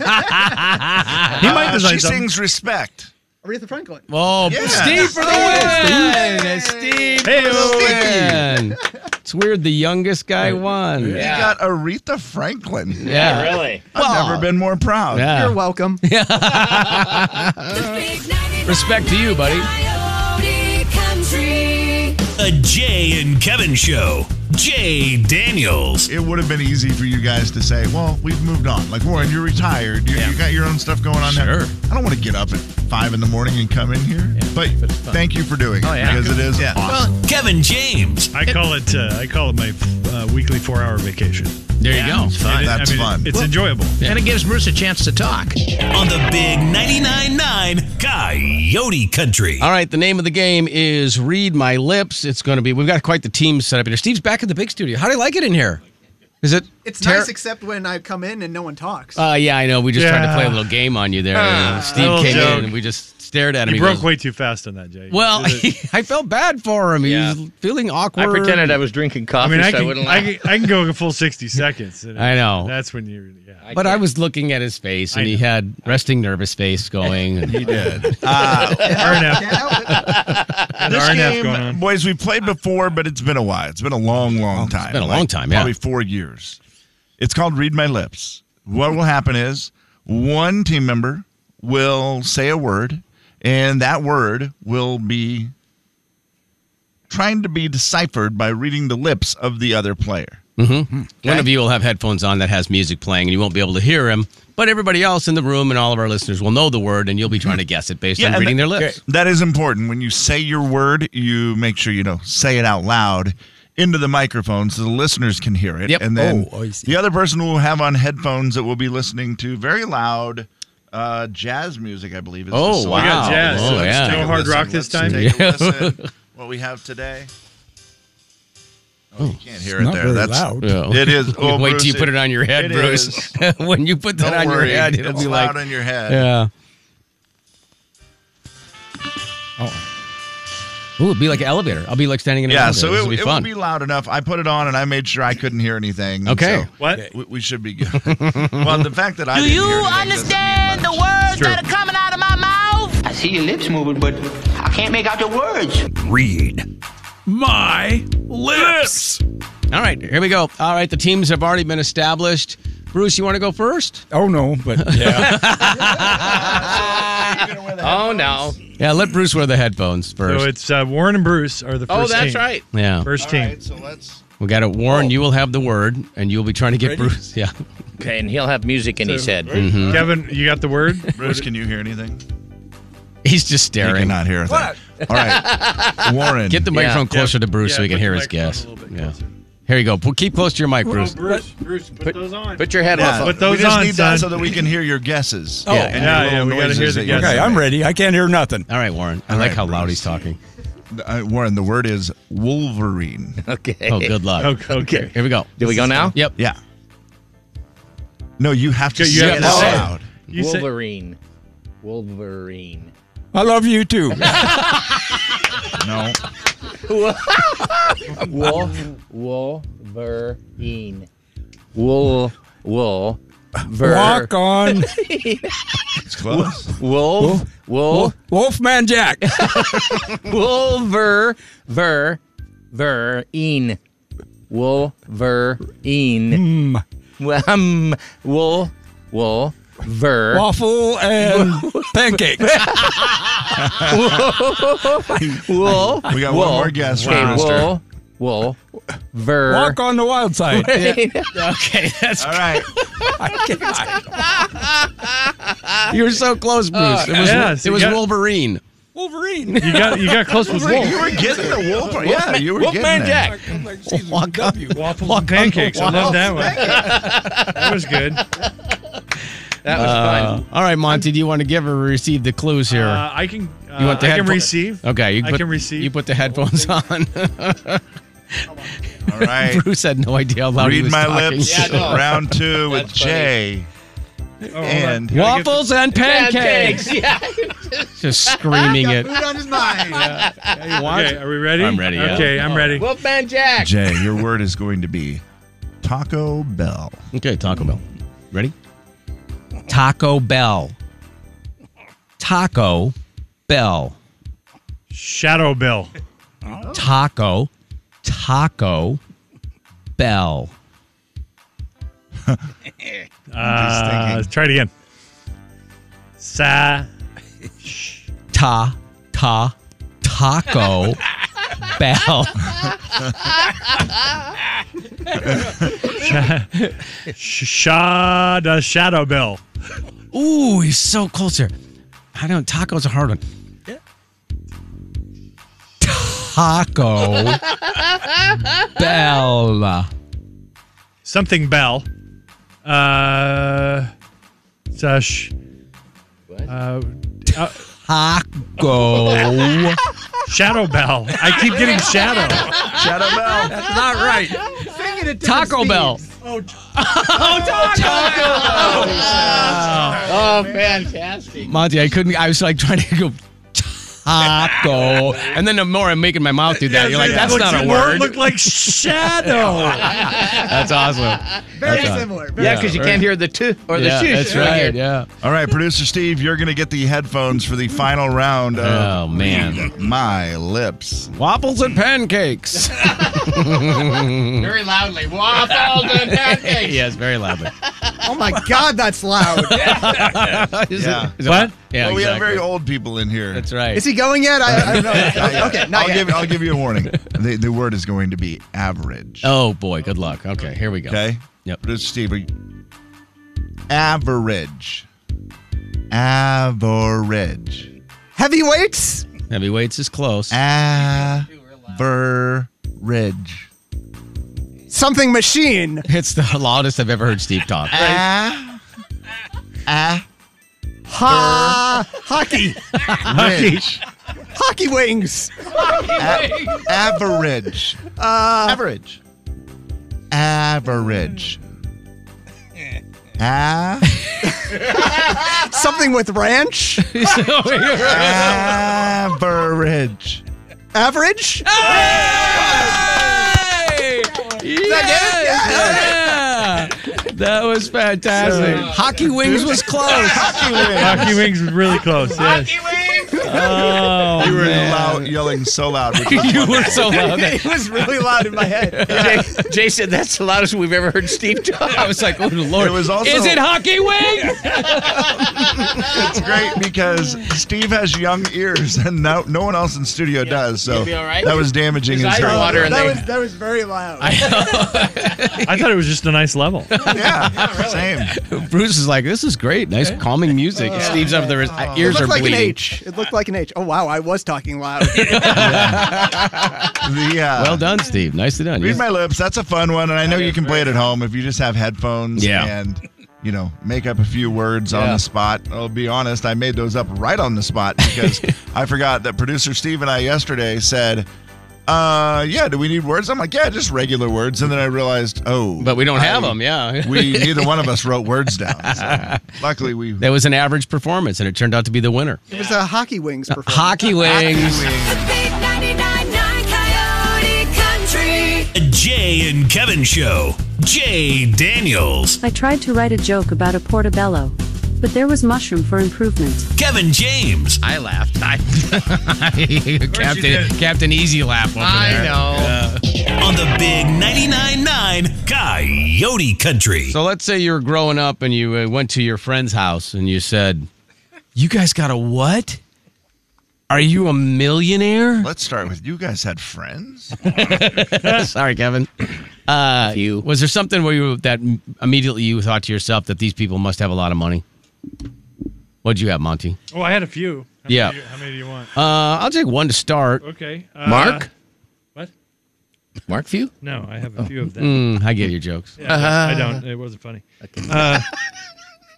Speaker 7: he might
Speaker 2: Uh,
Speaker 7: design
Speaker 2: she
Speaker 7: something.
Speaker 2: sings respect.
Speaker 10: Aretha Franklin.
Speaker 6: Oh,
Speaker 2: Yeah.
Speaker 6: Steve for the
Speaker 2: Hey,
Speaker 6: win! Steve for
Speaker 7: Hey-o.
Speaker 6: the win! It's weird the youngest guy won. Yeah,
Speaker 2: He got Aretha Franklin.
Speaker 8: really.
Speaker 2: I've never been more proud.
Speaker 6: Yeah.
Speaker 10: You're welcome.
Speaker 6: Respect to you, buddy.
Speaker 4: The Jay and Kevin Show. Jay Daniels.
Speaker 2: It would have been easy for you guys to say, well, we've moved on. Like, Warren, you're retired. You, you got your own stuff going on
Speaker 6: Sure.
Speaker 2: now. I don't want to get up at five in the morning and come in here. but thank you for doing
Speaker 6: Oh,
Speaker 2: it.
Speaker 8: yeah.
Speaker 2: Because it is awesome.
Speaker 4: Kevin James.
Speaker 7: I call it. Uh, I call it my uh, weekly four-hour vacation.
Speaker 6: There you go.
Speaker 7: It-
Speaker 2: That's
Speaker 7: I mean,
Speaker 2: fun.
Speaker 7: It's enjoyable.
Speaker 8: And it gives Bruce a chance to talk.
Speaker 4: On the big 99.9 Coyote Country.
Speaker 6: All right, the name of the game is Read My Lips. It's going to be, we've got quite the team set up here. Steve's back at the big studio. How do you like it in here? Is it?
Speaker 10: It's
Speaker 6: ter-
Speaker 10: nice, except when I come in and no one talks.
Speaker 6: Uh, yeah, I know. We just tried to
Speaker 7: Yeah.
Speaker 6: play a little game on you there. Steve
Speaker 7: little
Speaker 6: came
Speaker 7: joke.
Speaker 6: in and we just stared at him.
Speaker 7: You
Speaker 6: He
Speaker 7: broke
Speaker 6: goes,
Speaker 7: way too fast on that, Jay. You
Speaker 6: Well,
Speaker 7: did it.
Speaker 6: *laughs* I felt bad for him.
Speaker 8: Yeah.
Speaker 6: He was feeling awkward.
Speaker 8: I pretended I was drinking
Speaker 7: I
Speaker 6: *laughs*
Speaker 8: coffee,
Speaker 7: mean, I
Speaker 8: so
Speaker 7: can,
Speaker 8: I
Speaker 7: I,
Speaker 8: wouldn't laugh.
Speaker 7: can, I can go a full sixty seconds.
Speaker 6: I know.
Speaker 7: That's when you. Yeah.
Speaker 6: But I was looking at his face, and
Speaker 7: I
Speaker 6: he
Speaker 7: know.
Speaker 6: had resting nervous face going. and-
Speaker 2: He did.
Speaker 7: RNF.
Speaker 2: this
Speaker 7: RNF
Speaker 2: game,
Speaker 7: going on.
Speaker 2: boys, we played before, but it's been a while. It's been a long, long time.
Speaker 6: been a long time, yeah.
Speaker 2: Probably four years. It's called Read My Lips. What will happen is one team member will say a word, and that word will be trying to be deciphered by reading the lips of the other player.
Speaker 6: One of you will have headphones on that has music playing, and you won't be able to hear him. But everybody else in the room and all of our listeners will know the word, and you'll be trying to guess it based on
Speaker 2: and
Speaker 6: reading
Speaker 2: that-
Speaker 6: their lips.
Speaker 2: That is important. When you say your word, you make sure you know say it out loud into the microphone so the listeners can hear it.
Speaker 6: Yep.
Speaker 2: And then
Speaker 9: Oh, I see.
Speaker 2: the other person will have on headphones that will be listening to very loud uh, jazz music. I believe. Is the
Speaker 6: Oh,
Speaker 2: song.
Speaker 6: wow.
Speaker 7: We got jazz.
Speaker 6: Oh,
Speaker 7: Let's
Speaker 6: yeah.
Speaker 7: take a
Speaker 2: Take a
Speaker 7: hard
Speaker 2: listen.
Speaker 7: rock this
Speaker 2: Let's
Speaker 7: time.
Speaker 2: Take a
Speaker 6: *laughs*
Speaker 2: listen. what we have today. Oh, you can't hear it
Speaker 9: not
Speaker 2: there.
Speaker 9: very
Speaker 2: That's
Speaker 9: loud.
Speaker 2: It is. Oh,
Speaker 6: Wait till *laughs* you
Speaker 2: Bruce,
Speaker 6: put it on your head,
Speaker 2: it
Speaker 6: Bruce.
Speaker 2: is.
Speaker 6: *laughs* when you put that
Speaker 2: Don't
Speaker 6: on
Speaker 2: worry.
Speaker 6: your head, it'll
Speaker 2: it's
Speaker 6: be
Speaker 2: loud
Speaker 6: like,
Speaker 2: on your head.
Speaker 6: yeah.
Speaker 9: Oh,
Speaker 6: Ooh, it'll be like an elevator. I'll be like standing in an
Speaker 2: Yeah,
Speaker 6: elevator.
Speaker 2: so
Speaker 6: This
Speaker 2: it,
Speaker 6: will be
Speaker 2: it
Speaker 6: fun.
Speaker 2: would be loud enough. I put it on and I made sure I couldn't hear anything.
Speaker 6: Okay.
Speaker 2: so
Speaker 7: What?
Speaker 2: we, we should be good. *laughs* well, the fact that I didn't hear anything doesn't mean much.
Speaker 12: words
Speaker 7: true. that
Speaker 12: are coming out of my mouth? I see your lips moving, but I can't make out the words.
Speaker 4: Read my lips.
Speaker 6: all right, here we go. All right, the teams have already been established. Bruce, you want to go first?
Speaker 9: oh no, but yeah.
Speaker 8: Oh, no.
Speaker 6: Yeah, let Bruce wear the headphones first.
Speaker 7: So it's uh, Warren and Bruce are the first.
Speaker 8: Oh, that's
Speaker 7: team.
Speaker 8: right.
Speaker 6: yeah.
Speaker 7: First
Speaker 2: All
Speaker 7: team.
Speaker 2: right, so let's.
Speaker 6: We got to warn you will have the word, and you'll be trying to get Bruce. *laughs* Yeah.
Speaker 8: Okay, and he'll have music in his head.
Speaker 7: Kevin, you got the word.
Speaker 2: Bruce, can you hear anything?
Speaker 6: He's just
Speaker 2: You
Speaker 6: staring.
Speaker 2: cannot hear a thing. All right, Warren.
Speaker 6: Get the
Speaker 8: Yeah.
Speaker 6: microphone closer to Bruce
Speaker 7: Yeah,
Speaker 6: so we can
Speaker 7: put the
Speaker 6: hear his
Speaker 7: microphone
Speaker 6: guess.
Speaker 7: a little bit
Speaker 6: Yeah.
Speaker 7: closer.
Speaker 6: Here you go. Pu- Keep close to your mic, Bruce.
Speaker 7: Bruce, Bruce, put, those on.
Speaker 8: Put your head
Speaker 2: yeah,
Speaker 8: off.
Speaker 7: Put those
Speaker 2: we just
Speaker 7: on,
Speaker 2: need that
Speaker 7: son.
Speaker 2: so that we can hear your guesses.
Speaker 6: Yeah.
Speaker 2: and
Speaker 7: Yeah,
Speaker 2: your
Speaker 7: yeah,
Speaker 2: little
Speaker 7: we gotta
Speaker 2: noises
Speaker 7: hear the
Speaker 2: that you're
Speaker 7: guesses.
Speaker 9: Okay, I'm ready. I can't hear nothing.
Speaker 6: All right, Warren. I
Speaker 2: All
Speaker 6: like
Speaker 2: right,
Speaker 6: how loud
Speaker 2: Bruce.
Speaker 6: he's talking.
Speaker 2: Uh, Warren, the word is Wolverine.
Speaker 8: Okay. *laughs*
Speaker 6: Oh, good luck.
Speaker 7: Okay. okay.
Speaker 6: Here we go.
Speaker 8: Do we go now?
Speaker 6: Yep.
Speaker 2: Yeah. No, you have to
Speaker 7: You
Speaker 2: say
Speaker 7: have
Speaker 2: it
Speaker 7: to
Speaker 2: out
Speaker 7: say it.
Speaker 2: loud.
Speaker 7: You say-
Speaker 8: Wolverine. Wolverine.
Speaker 9: I love you too.
Speaker 2: No.
Speaker 8: Wol Wolverine. Wool wool ver
Speaker 9: Walk on,
Speaker 2: It's close.
Speaker 8: wolf wool
Speaker 9: Wolf- Wolfman Jack.
Speaker 8: wolver ver verine. Wolverine.
Speaker 9: Hmm.
Speaker 8: Um wool wool ver
Speaker 9: Waffle and pancakes.
Speaker 8: wool
Speaker 2: We got one more guess for
Speaker 8: okay,
Speaker 2: Brewster.
Speaker 8: wool will ver
Speaker 9: Walk on the wild side.
Speaker 8: okay,
Speaker 6: that's
Speaker 2: all right.
Speaker 6: You were so close, Bruce.
Speaker 9: Uh,
Speaker 6: it was,
Speaker 9: yes,
Speaker 6: it
Speaker 9: you
Speaker 6: was
Speaker 9: got-
Speaker 6: Wolverine.
Speaker 9: Wolverine.
Speaker 7: You got you
Speaker 2: *laughs*
Speaker 7: got close with Wolf.
Speaker 2: You were getting the wolf. Yeah, you were getting
Speaker 7: Man
Speaker 2: there.
Speaker 7: Jack.
Speaker 6: Walk up.
Speaker 7: Waffles and pancakes. I love that one. that was good.
Speaker 8: That was
Speaker 6: Uh,
Speaker 8: fun.
Speaker 6: All right, Monty, do you want to give or receive the clues here?
Speaker 7: Uh, I can. Uh,
Speaker 6: you want the
Speaker 7: I can
Speaker 6: headpho-
Speaker 7: receive.
Speaker 6: Okay, you
Speaker 7: I
Speaker 6: put,
Speaker 7: can receive.
Speaker 6: You put the headphones on. *laughs*
Speaker 2: All right.
Speaker 6: Bruce had no idea how loud he
Speaker 2: Read
Speaker 6: was
Speaker 2: my
Speaker 6: talking. *laughs*
Speaker 2: lips. Round two with Jay.
Speaker 6: Oh,
Speaker 2: And
Speaker 6: Waffles and pancakes.
Speaker 8: *laughs* Yeah.
Speaker 6: Just screaming it.
Speaker 8: on his mind.
Speaker 7: Okay, are we ready?
Speaker 2: I'm ready, yeah.
Speaker 7: Okay, I'm ready.
Speaker 8: Wolfman Jack.
Speaker 2: Jay, your word is going to be Taco Bell.
Speaker 6: Okay, Taco Bell. Ready? Taco Bell. Taco Bell.
Speaker 7: *laughs* Shadow Bell.
Speaker 6: Taco. Taco Bell.
Speaker 7: Uh, try it again. Sa.
Speaker 6: Ta ta *laughs* taco bell.
Speaker 7: Shada Shadow Bell.
Speaker 6: Ooh, he's so close here. I don't taco's a hard one. Taco Bell.
Speaker 7: Something Bell. Uh. Sash. Uh, uh,
Speaker 6: Taco
Speaker 7: Shadow Bell. I keep getting Shadow.
Speaker 2: Shadow Bell.
Speaker 6: That's not right. Taco Bell. *laughs*
Speaker 8: Oh, Taco! Oh, fantastic.
Speaker 6: Monty, I couldn't. I was like trying to go taco, and then the more I'm making my mouth do that, you're like, that's not a
Speaker 7: More
Speaker 6: word.
Speaker 7: looked
Speaker 6: *laughs*
Speaker 7: like Shadow.
Speaker 6: That's awesome.
Speaker 10: Very
Speaker 6: That's
Speaker 10: similar. Very
Speaker 8: Yeah, because you can't hear the two or the
Speaker 6: Yeah,
Speaker 8: shh.
Speaker 6: that's right. Yeah.
Speaker 2: All right, producer Steve, you're going to get the headphones for the final round
Speaker 6: Oh
Speaker 2: of
Speaker 6: man,
Speaker 2: Read My Lips.
Speaker 6: waffles and pancakes.
Speaker 8: Very loudly. Waffles
Speaker 6: *laughs*
Speaker 8: and pancakes.
Speaker 6: yes, very *laughs* loudly.
Speaker 10: Oh my God, that's
Speaker 7: *laughs*
Speaker 10: loud.
Speaker 6: Is it-
Speaker 2: Yeah.
Speaker 6: is it-
Speaker 7: What?
Speaker 6: Yeah,
Speaker 2: well, we have Oh, very
Speaker 6: exactly.
Speaker 2: old people in here.
Speaker 6: That's right.
Speaker 10: Is he going yet? I, I don't know. Okay, not
Speaker 2: I'll
Speaker 10: yet.
Speaker 2: give, I'll give you a warning. the, the word is going to be average.
Speaker 6: oh boy, good luck. Okay, here we go.
Speaker 2: Okay?
Speaker 6: Yep.
Speaker 2: Producer Steve, are you- average. Average.
Speaker 10: Heavyweights.
Speaker 6: Heavyweights is close.
Speaker 2: Average.
Speaker 10: Something machine.
Speaker 6: It's the loudest I've ever heard Steve
Speaker 10: *laughs*
Speaker 6: talk.
Speaker 2: Ah. Ah.
Speaker 10: Ha. Hockey.
Speaker 2: Ridge.
Speaker 10: Hockey wings.
Speaker 2: A- average.
Speaker 10: Ah.
Speaker 2: average. Average. Ah.
Speaker 10: *laughs* Something with ranch.
Speaker 2: average.
Speaker 10: Average.
Speaker 6: Yes! Yeah! That was fantastic. Hockey wings was close.
Speaker 7: Hockey wings was really close. Yes. Oh,
Speaker 2: you were loud, yelling so loud.
Speaker 6: *laughs*
Speaker 2: which was
Speaker 6: you
Speaker 2: one.
Speaker 6: were so loud.
Speaker 8: *laughs*
Speaker 6: that-
Speaker 10: It was really loud in my head.
Speaker 8: Jay, Jay said that's the loudest we've ever heard Steve talk.
Speaker 6: I was like, oh lord.
Speaker 2: It was also-
Speaker 6: Is it hockey wings?
Speaker 2: It's great because Steve has young ears and no, no one else in studio does. So
Speaker 8: You'll be all right.
Speaker 2: that was damaging.
Speaker 8: His
Speaker 2: and
Speaker 8: eyes are
Speaker 6: uh,
Speaker 2: stuff.
Speaker 8: watering.
Speaker 10: That
Speaker 8: they-
Speaker 10: was that was very loud.
Speaker 7: I thought it was just a nice level.
Speaker 2: *laughs* Yeah, same.
Speaker 6: Bruce is like, this is great. Nice calming music. Steve's up there. His
Speaker 10: it
Speaker 6: ears
Speaker 10: looked
Speaker 6: are
Speaker 10: Oh. like an
Speaker 6: bleeding.
Speaker 10: H. It looked like an H. Oh wow, I was talking loud.
Speaker 2: The, uh,
Speaker 6: Well done, Steve. Nicely done.
Speaker 2: Read
Speaker 6: You-
Speaker 2: my lips. That's a fun one, and I know you can play it at home if you just have headphones.
Speaker 6: Yeah.
Speaker 2: And you know, make up a few words on the spot. I'll be honest, I made those up right on the spot
Speaker 6: *laughs*
Speaker 2: because I forgot that producer Steve and I yesterday said, "Uh, yeah, do we need words?" I'm like, "Yeah, just regular words," and then I realized, oh,
Speaker 6: But we don't have
Speaker 2: I-
Speaker 6: them. Yeah.
Speaker 2: We neither one of us wrote words down.
Speaker 6: *laughs*
Speaker 2: So luckily, we
Speaker 6: That was an average performance, and it turned out to be the winner.
Speaker 10: It was a hockey wings performance.
Speaker 6: Hockey wings.
Speaker 13: The big 99.9 Coyote Country.
Speaker 4: The Jay and Kevin Show. Jay Daniels.
Speaker 14: I tried to write a joke about a portobello, but there was mushroom for improvement.
Speaker 4: Kevin James.
Speaker 8: I laughed.
Speaker 6: *laughs*
Speaker 8: I,
Speaker 6: Captain Captain Easy Lap over there.
Speaker 8: know.
Speaker 4: On the big 99.9 Coyote Country.
Speaker 6: So let's say you're growing up and you uh, went to your friend's house and you said, "You guys got a what? Are you a millionaire?
Speaker 2: Let's start with you guys had
Speaker 6: *laughs*
Speaker 2: friends.
Speaker 6: Sorry, *clears throat* Kevin. Uh, you was there something where you that immediately you thought to yourself that these people must have a lot of money? What'd you have, Monty?
Speaker 7: Oh, I had a few. How
Speaker 6: Yeah.
Speaker 7: Many, how many do you want?
Speaker 6: Uh, I'll take one to start.
Speaker 7: Okay.
Speaker 10: Uh,
Speaker 6: Mark?
Speaker 7: What?
Speaker 6: Mark few?
Speaker 7: No, I have a few of them.
Speaker 6: Mm, I get your jokes.
Speaker 7: Yeah, I don't. I don't. It wasn't funny. Uh,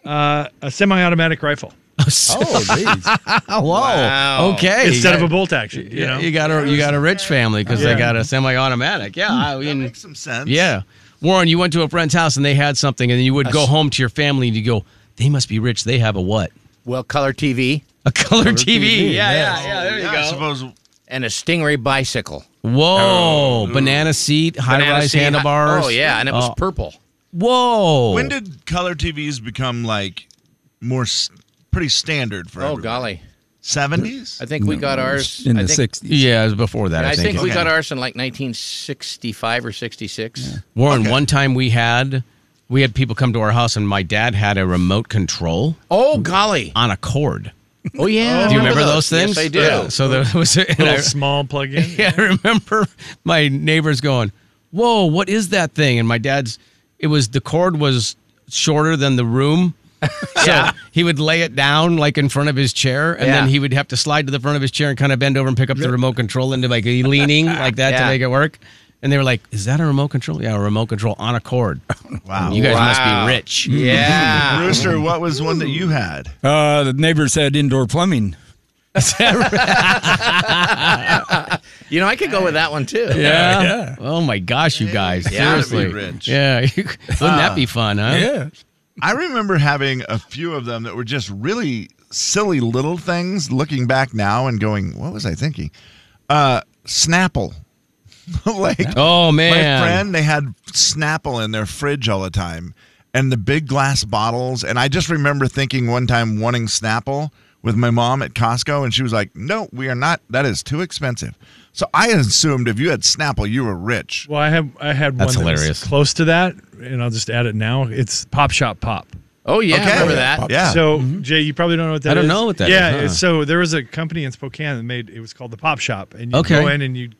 Speaker 7: uh, a semi-automatic rifle. oh,
Speaker 6: jeez. *laughs* Whoa. Okay.
Speaker 7: Instead of a bolt action. You
Speaker 6: yeah,
Speaker 7: know?
Speaker 6: you got a you got a rich family because
Speaker 7: Yeah.
Speaker 6: they got a semi-automatic. Yeah, I mean,
Speaker 2: makes some sense.
Speaker 6: yeah. Warren, you went to a friend's house and they had something, and then you would
Speaker 8: A
Speaker 6: go
Speaker 8: s-
Speaker 6: home to your family and you go, "They must be rich. They have a what?
Speaker 8: Well, color TV.
Speaker 6: A color, TV. Yeah, yeah, yeah. There you
Speaker 2: I
Speaker 6: go.
Speaker 2: suppose.
Speaker 8: And a Stingray bicycle.
Speaker 6: Whoa, banana seat, high
Speaker 8: Oh. Banana
Speaker 6: rise
Speaker 8: seat, hi-
Speaker 6: handlebars.
Speaker 8: Oh, yeah, and it was
Speaker 6: Oh.
Speaker 8: purple.
Speaker 6: Whoa.
Speaker 2: When did color TVs become like more s- pretty standard for?
Speaker 8: Oh, golly.
Speaker 2: seventies.
Speaker 8: I think we got ours I think-
Speaker 6: Yeah, it was before that.
Speaker 8: I,
Speaker 6: I,
Speaker 8: think, we
Speaker 6: Okay.
Speaker 8: got ours in like 1965 or 66.
Speaker 6: Warren. One time we had we had people come to our house, and my dad had a remote control
Speaker 8: Oh, golly.
Speaker 6: on a cord.
Speaker 8: Oh, yeah. I
Speaker 6: do you remember those,
Speaker 8: Yes,
Speaker 6: things?
Speaker 8: I do.
Speaker 6: Yeah, So there was a, *laughs*
Speaker 7: Little small plug-in.
Speaker 6: Yeah, I remember my neighbors going, "Whoa, what is that thing?" And my dad's, it was the cord was shorter than the room, so he would lay it down like in front of his chair, and then
Speaker 8: Yeah.
Speaker 6: he would have to slide to the front of his chair and kind of bend over and pick up the remote control into like a
Speaker 2: *laughs*
Speaker 6: leaning like that to
Speaker 8: Yeah.
Speaker 6: make it work. And they were like, "Is that a remote control? Yeah, a remote control on a cord. *laughs*
Speaker 2: Wow,
Speaker 6: you guys
Speaker 9: Wow.
Speaker 6: must be rich. *laughs*
Speaker 8: Yeah.
Speaker 2: Rooster, what was one that you had?
Speaker 9: Uh, the neighbors had indoor plumbing.
Speaker 8: You know, I could go with that one too.
Speaker 6: Yeah. Oh my gosh, you guys.
Speaker 2: you gotta be
Speaker 6: Seriously.
Speaker 2: rich.
Speaker 6: Yeah. *laughs* Wouldn't that be fun, huh?
Speaker 2: I remember having a few of them that were just really silly little things looking back now and going, what was I thinking? Uh, Snapple. *laughs* like,
Speaker 6: Oh man.
Speaker 2: my friend, they had Snapple in their fridge all the time and the big glass bottles. And I just remember thinking one time wanting Snapple with my mom at Costco, and she was like, no, we are not. That is too expensive. So I assumed if you had Snapple, you were rich.
Speaker 7: Well, I have I had
Speaker 6: That's
Speaker 7: one that was
Speaker 6: hilarious.
Speaker 7: close to that, and I'll just add it now. It's Pop Shop Pop.
Speaker 8: Oh, yeah.
Speaker 2: Okay.
Speaker 8: I remember that.
Speaker 2: Yeah.
Speaker 7: So Jay, you probably don't know what that is.
Speaker 6: Mm-hmm. I don't know what that
Speaker 7: yeah,
Speaker 6: is, huh?
Speaker 7: it's- So there was a company in Spokane that made it was called the Pop Shop, and you
Speaker 6: Okay.
Speaker 7: go in and you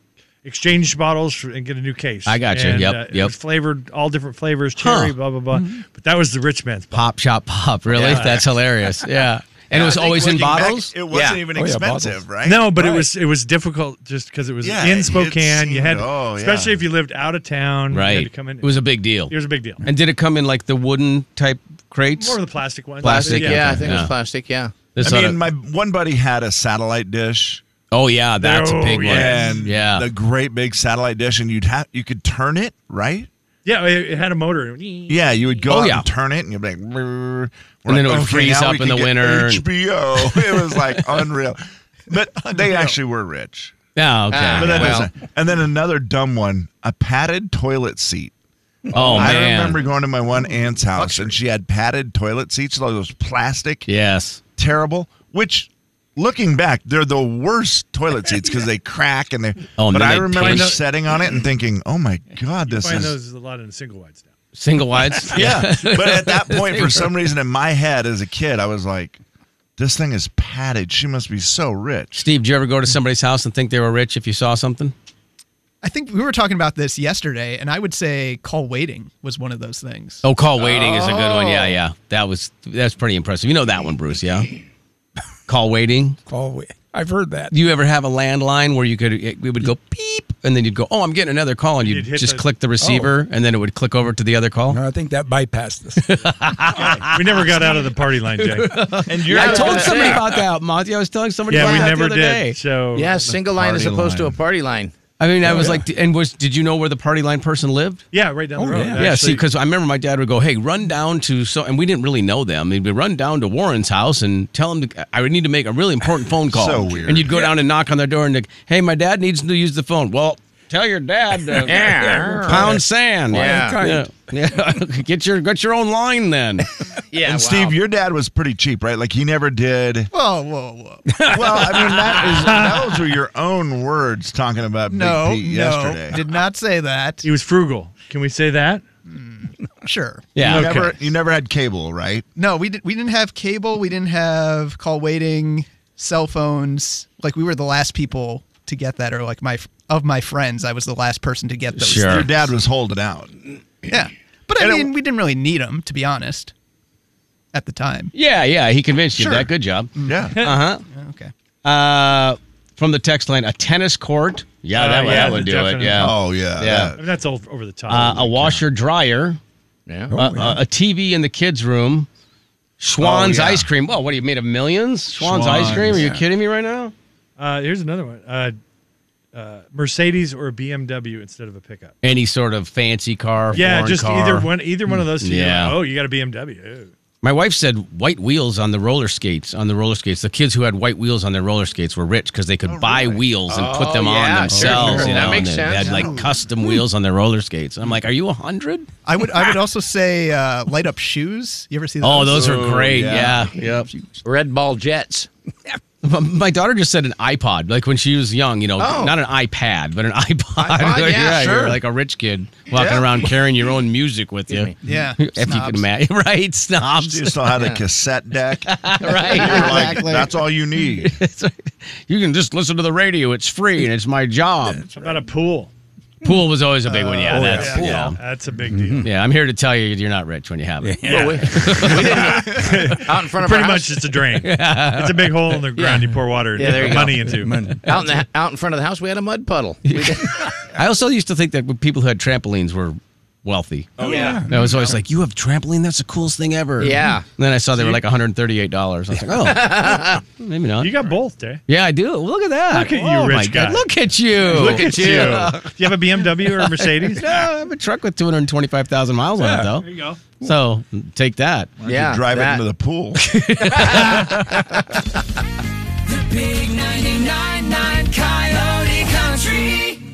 Speaker 7: exchange bottles for- and get a new case.
Speaker 6: I gotcha.
Speaker 7: And, uh,
Speaker 6: Yep,
Speaker 7: it
Speaker 6: yep.
Speaker 7: was flavored all different flavors, cherry,
Speaker 6: Huh. Mm-hmm.
Speaker 7: blah blah blah. But that was the rich man's pop.
Speaker 6: Pop shop pop. Really?
Speaker 7: Yeah.
Speaker 6: That's hilarious. Yeah. And it
Speaker 2: Yeah,
Speaker 6: was
Speaker 2: I think
Speaker 6: always in
Speaker 2: looking back,
Speaker 6: bottles.
Speaker 2: it wasn't
Speaker 8: Yeah.
Speaker 2: even
Speaker 9: Oh, yeah,
Speaker 2: expensive,
Speaker 9: bottles.
Speaker 2: right?
Speaker 7: No, but it
Speaker 9: Right.
Speaker 7: was it was difficult just because it was
Speaker 2: Yeah,
Speaker 7: in
Speaker 2: it
Speaker 7: Spokane. you had,
Speaker 2: seemed- oh, yeah.
Speaker 7: especially if you lived out of town, You had
Speaker 6: right.
Speaker 7: to come in.
Speaker 6: It was a big deal.
Speaker 7: it was a big deal.
Speaker 6: And did it come in like the wooden type crates?
Speaker 7: More of the plastic ones.
Speaker 6: Plastic,
Speaker 8: Yeah, I think it
Speaker 6: Yeah.
Speaker 8: was plastic. Yeah.
Speaker 6: This
Speaker 2: I
Speaker 6: oughta-
Speaker 2: mean, my one buddy had a satellite dish,
Speaker 6: oh yeah, that's a big
Speaker 7: Oh, yes.
Speaker 6: one.
Speaker 2: and
Speaker 6: Yeah.
Speaker 2: the great big satellite dish, and you'd have you could turn it, right?
Speaker 7: Yeah, it, it had a motor.
Speaker 2: Yeah, you would go
Speaker 6: Oh,
Speaker 2: out
Speaker 6: yeah.
Speaker 2: and turn it, and you'd be like, "Brrr." We're
Speaker 6: And
Speaker 2: like,
Speaker 6: then it would
Speaker 2: "Okay,
Speaker 6: freeze
Speaker 2: now
Speaker 6: up
Speaker 2: we
Speaker 6: in
Speaker 2: can
Speaker 6: the
Speaker 2: get
Speaker 6: winter and-
Speaker 2: HBO, *laughs* it was like unreal,
Speaker 6: *laughs*
Speaker 2: but they actually were rich.
Speaker 6: Yeah, okay.
Speaker 8: Ah,
Speaker 2: But
Speaker 8: yeah.
Speaker 2: that
Speaker 8: Well.
Speaker 2: doesn't. And then another dumb one: a padded toilet seat.
Speaker 6: oh
Speaker 2: I
Speaker 6: man.
Speaker 2: remember going to my one aunt's house, and she had padded toilet seats, like those plastic.
Speaker 6: Yes.
Speaker 2: terrible. Which, looking back, they're the worst toilet seats because they crack and they.
Speaker 6: Oh, and
Speaker 2: but
Speaker 6: then
Speaker 2: I
Speaker 6: they
Speaker 2: remember
Speaker 6: pinch.
Speaker 2: setting on it and thinking, "Oh my god, this
Speaker 7: Find
Speaker 2: is."
Speaker 7: those a lot in single wides now.
Speaker 6: Single
Speaker 2: *laughs*
Speaker 6: wides. *laughs*
Speaker 2: Yeah, but at that point,
Speaker 6: They
Speaker 2: for
Speaker 6: were-
Speaker 2: some reason, in my head as a kid, I was like, "This thing is padded. She must be so rich."
Speaker 6: Steve, did you ever go to somebody's house and think they were rich if you saw something?
Speaker 10: I think we were talking about this yesterday, and I would say call waiting was one of those things.
Speaker 6: Oh, call waiting is a good one.
Speaker 9: Oh.
Speaker 6: Yeah, yeah. That was that's pretty impressive. You know that one, Bruce, yeah? call waiting.
Speaker 9: Oh, I've heard that.
Speaker 6: Do you ever have a landline where you could it, it would go beep and then you'd go, "Oh, I'm getting another call," and you'd,
Speaker 7: You'd hit
Speaker 6: just
Speaker 7: the-
Speaker 6: click the
Speaker 9: Oh.
Speaker 6: receiver and then it would click over to the other call?
Speaker 9: No, I think that bypassed us.
Speaker 7: We never got out of the party line, Jay.
Speaker 6: *laughs*
Speaker 2: And you're
Speaker 6: I told
Speaker 8: Yeah.
Speaker 6: somebody about that, Monty. I was telling somebody
Speaker 7: yeah,
Speaker 6: about
Speaker 7: we
Speaker 6: that the
Speaker 7: never
Speaker 6: other
Speaker 7: did.
Speaker 6: day.
Speaker 7: So
Speaker 8: Yeah, single line as
Speaker 2: party
Speaker 8: opposed
Speaker 2: line.
Speaker 8: to a party line.
Speaker 6: I mean, I
Speaker 9: Oh,
Speaker 6: was like, and was did you know where the party line person lived?
Speaker 7: yeah, right down the
Speaker 9: Oh,
Speaker 7: road.
Speaker 9: yeah.
Speaker 6: yeah, see,
Speaker 7: actually.
Speaker 6: because I remember my dad would go, "Hey, run down to so," and we didn't really know them. He'd be run down to Warren's house and tell him to, I would need to make a really important phone call.
Speaker 2: So weird.
Speaker 6: And you'd go down and knock on their door and like, "Hey, my dad needs to use the phone." Well, tell your dad to
Speaker 8: *laughs* Yeah.
Speaker 6: pound sand.
Speaker 8: Yeah.
Speaker 6: yeah, yeah. *laughs* get your get your own line then.
Speaker 8: Yeah.
Speaker 2: and Steve, your dad was pretty cheap, right? Like he never did.
Speaker 10: Whoa, whoa, whoa!
Speaker 2: *laughs* Well, I mean, that is those were your own words talking about Big
Speaker 10: No,
Speaker 2: Pete
Speaker 10: no,
Speaker 2: yesterday.
Speaker 10: did not say that.
Speaker 7: he was frugal. Can we say that?
Speaker 10: Sure.
Speaker 6: Yeah,
Speaker 2: You
Speaker 7: Okay.
Speaker 2: never, you never had cable, right?
Speaker 10: No, we did, we didn't have cable. We didn't have call waiting. cell phones. Like we were the last people to get that, or like my of my friends, I was the last person to get those.
Speaker 2: Sure. Your dad
Speaker 10: was holding out. Yeah, but I
Speaker 2: And it-
Speaker 10: mean, we didn't really need them to be honest at the time.
Speaker 6: *laughs* Yeah, yeah, he convinced you
Speaker 10: Sure.
Speaker 6: of that. Good job.
Speaker 10: Yeah.
Speaker 2: *laughs*
Speaker 6: Uh
Speaker 10: huh. Okay.
Speaker 6: Uh, from the text line, a tennis court. Yeah,
Speaker 7: Uh,
Speaker 6: that, would-
Speaker 7: yeah,
Speaker 6: that would do
Speaker 7: definitely.
Speaker 6: it. Yeah.
Speaker 2: Oh.
Speaker 7: I mean, that's all over the top.
Speaker 6: Uh, a washer dryer.
Speaker 8: Oh, Yeah.
Speaker 6: Uh, a TV in the kids' room. Schwann's
Speaker 7: Oh, yeah.
Speaker 6: ice cream. Well, what are you made of millions? Schwann's, ice cream? Are you kidding me right now?
Speaker 7: Uh, here's another one. Uh, uh, Mercedes or a BMW instead of a pickup.
Speaker 6: Any sort of fancy car.
Speaker 7: yeah,
Speaker 6: foreign
Speaker 7: just
Speaker 6: car. Mm,
Speaker 7: either one. Either one of those two. you're
Speaker 6: Yeah.
Speaker 7: like, oh, you got a BMW. Ew.
Speaker 6: My wife said white wheels on the roller skates. On the roller skates, the kids who had white wheels on their roller skates were rich because they could buy wheels and put
Speaker 8: Oh,
Speaker 6: them on
Speaker 8: yeah, sure,
Speaker 6: themselves.
Speaker 8: sure.
Speaker 6: You
Speaker 8: That
Speaker 6: know,
Speaker 8: makes
Speaker 6: and they, they
Speaker 8: sense. Hmm.
Speaker 6: had like custom wheels on their roller skates. I'm like, are you a hundred?
Speaker 10: I would I would also say uh, light up shoes. You ever see those?
Speaker 6: Oh, those are great. Yeah. Yep.
Speaker 8: Red ball jets.
Speaker 6: My daughter just said an iPod, like when she was young, you know,
Speaker 8: Oh.
Speaker 6: not an iPad, but an *laughs* iPod.
Speaker 8: iPod,
Speaker 6: like,
Speaker 8: yeah, sure.
Speaker 6: You're like a rich kid walking
Speaker 8: Yeah.
Speaker 6: around carrying your own music with you.
Speaker 10: Yeah.
Speaker 6: *laughs* If you can
Speaker 2: Snobs.
Speaker 6: imagine. *laughs* Right. Snobs.
Speaker 2: *laughs* She still had a cassette
Speaker 10: *laughs*
Speaker 2: deck.
Speaker 6: right.
Speaker 2: exactly. That's all you need.
Speaker 6: you can just listen to the radio. It's free and it's my job.
Speaker 7: How about a pool?
Speaker 6: Pool was always a big one. Yeah,
Speaker 7: Oh,
Speaker 6: that's yeah.
Speaker 7: yeah. That's a big deal.
Speaker 6: Yeah, I'm here to tell you you're not rich when you have it.
Speaker 7: Yeah. Well,
Speaker 8: Out in front of
Speaker 7: Pretty
Speaker 8: our
Speaker 7: much,
Speaker 8: house?
Speaker 7: it's a
Speaker 6: *laughs*
Speaker 7: drain. It's a big hole in the ground. You pour water, and
Speaker 8: Yeah, there you
Speaker 7: money
Speaker 8: go.
Speaker 7: into
Speaker 8: Out in the out in front of the house, we had a mud puddle. We did-
Speaker 6: I also used to think that people who had trampolines were wealthy.
Speaker 8: Oh, yeah.
Speaker 6: And I was always like, you have trampoline? That's the coolest thing ever.
Speaker 8: Yeah.
Speaker 6: And then I saw they were like $138. I was like, oh,
Speaker 7: *laughs*
Speaker 6: maybe not.
Speaker 7: You got both, Dave.
Speaker 6: Yeah, I do. Look at that.
Speaker 7: Look at you,
Speaker 6: Oh, my
Speaker 7: rich guy.
Speaker 6: God. Look at you.
Speaker 7: Look
Speaker 6: *laughs*
Speaker 7: at you. Do *laughs* you have a BMW or a Mercedes?
Speaker 6: no, I have a truck with 225,000 miles on it,
Speaker 7: Yeah.
Speaker 6: though.
Speaker 7: There you go.
Speaker 6: So take that.
Speaker 2: don't you Yeah, drive it that. into the
Speaker 6: pool.
Speaker 13: The big 99.9 Coyote Country.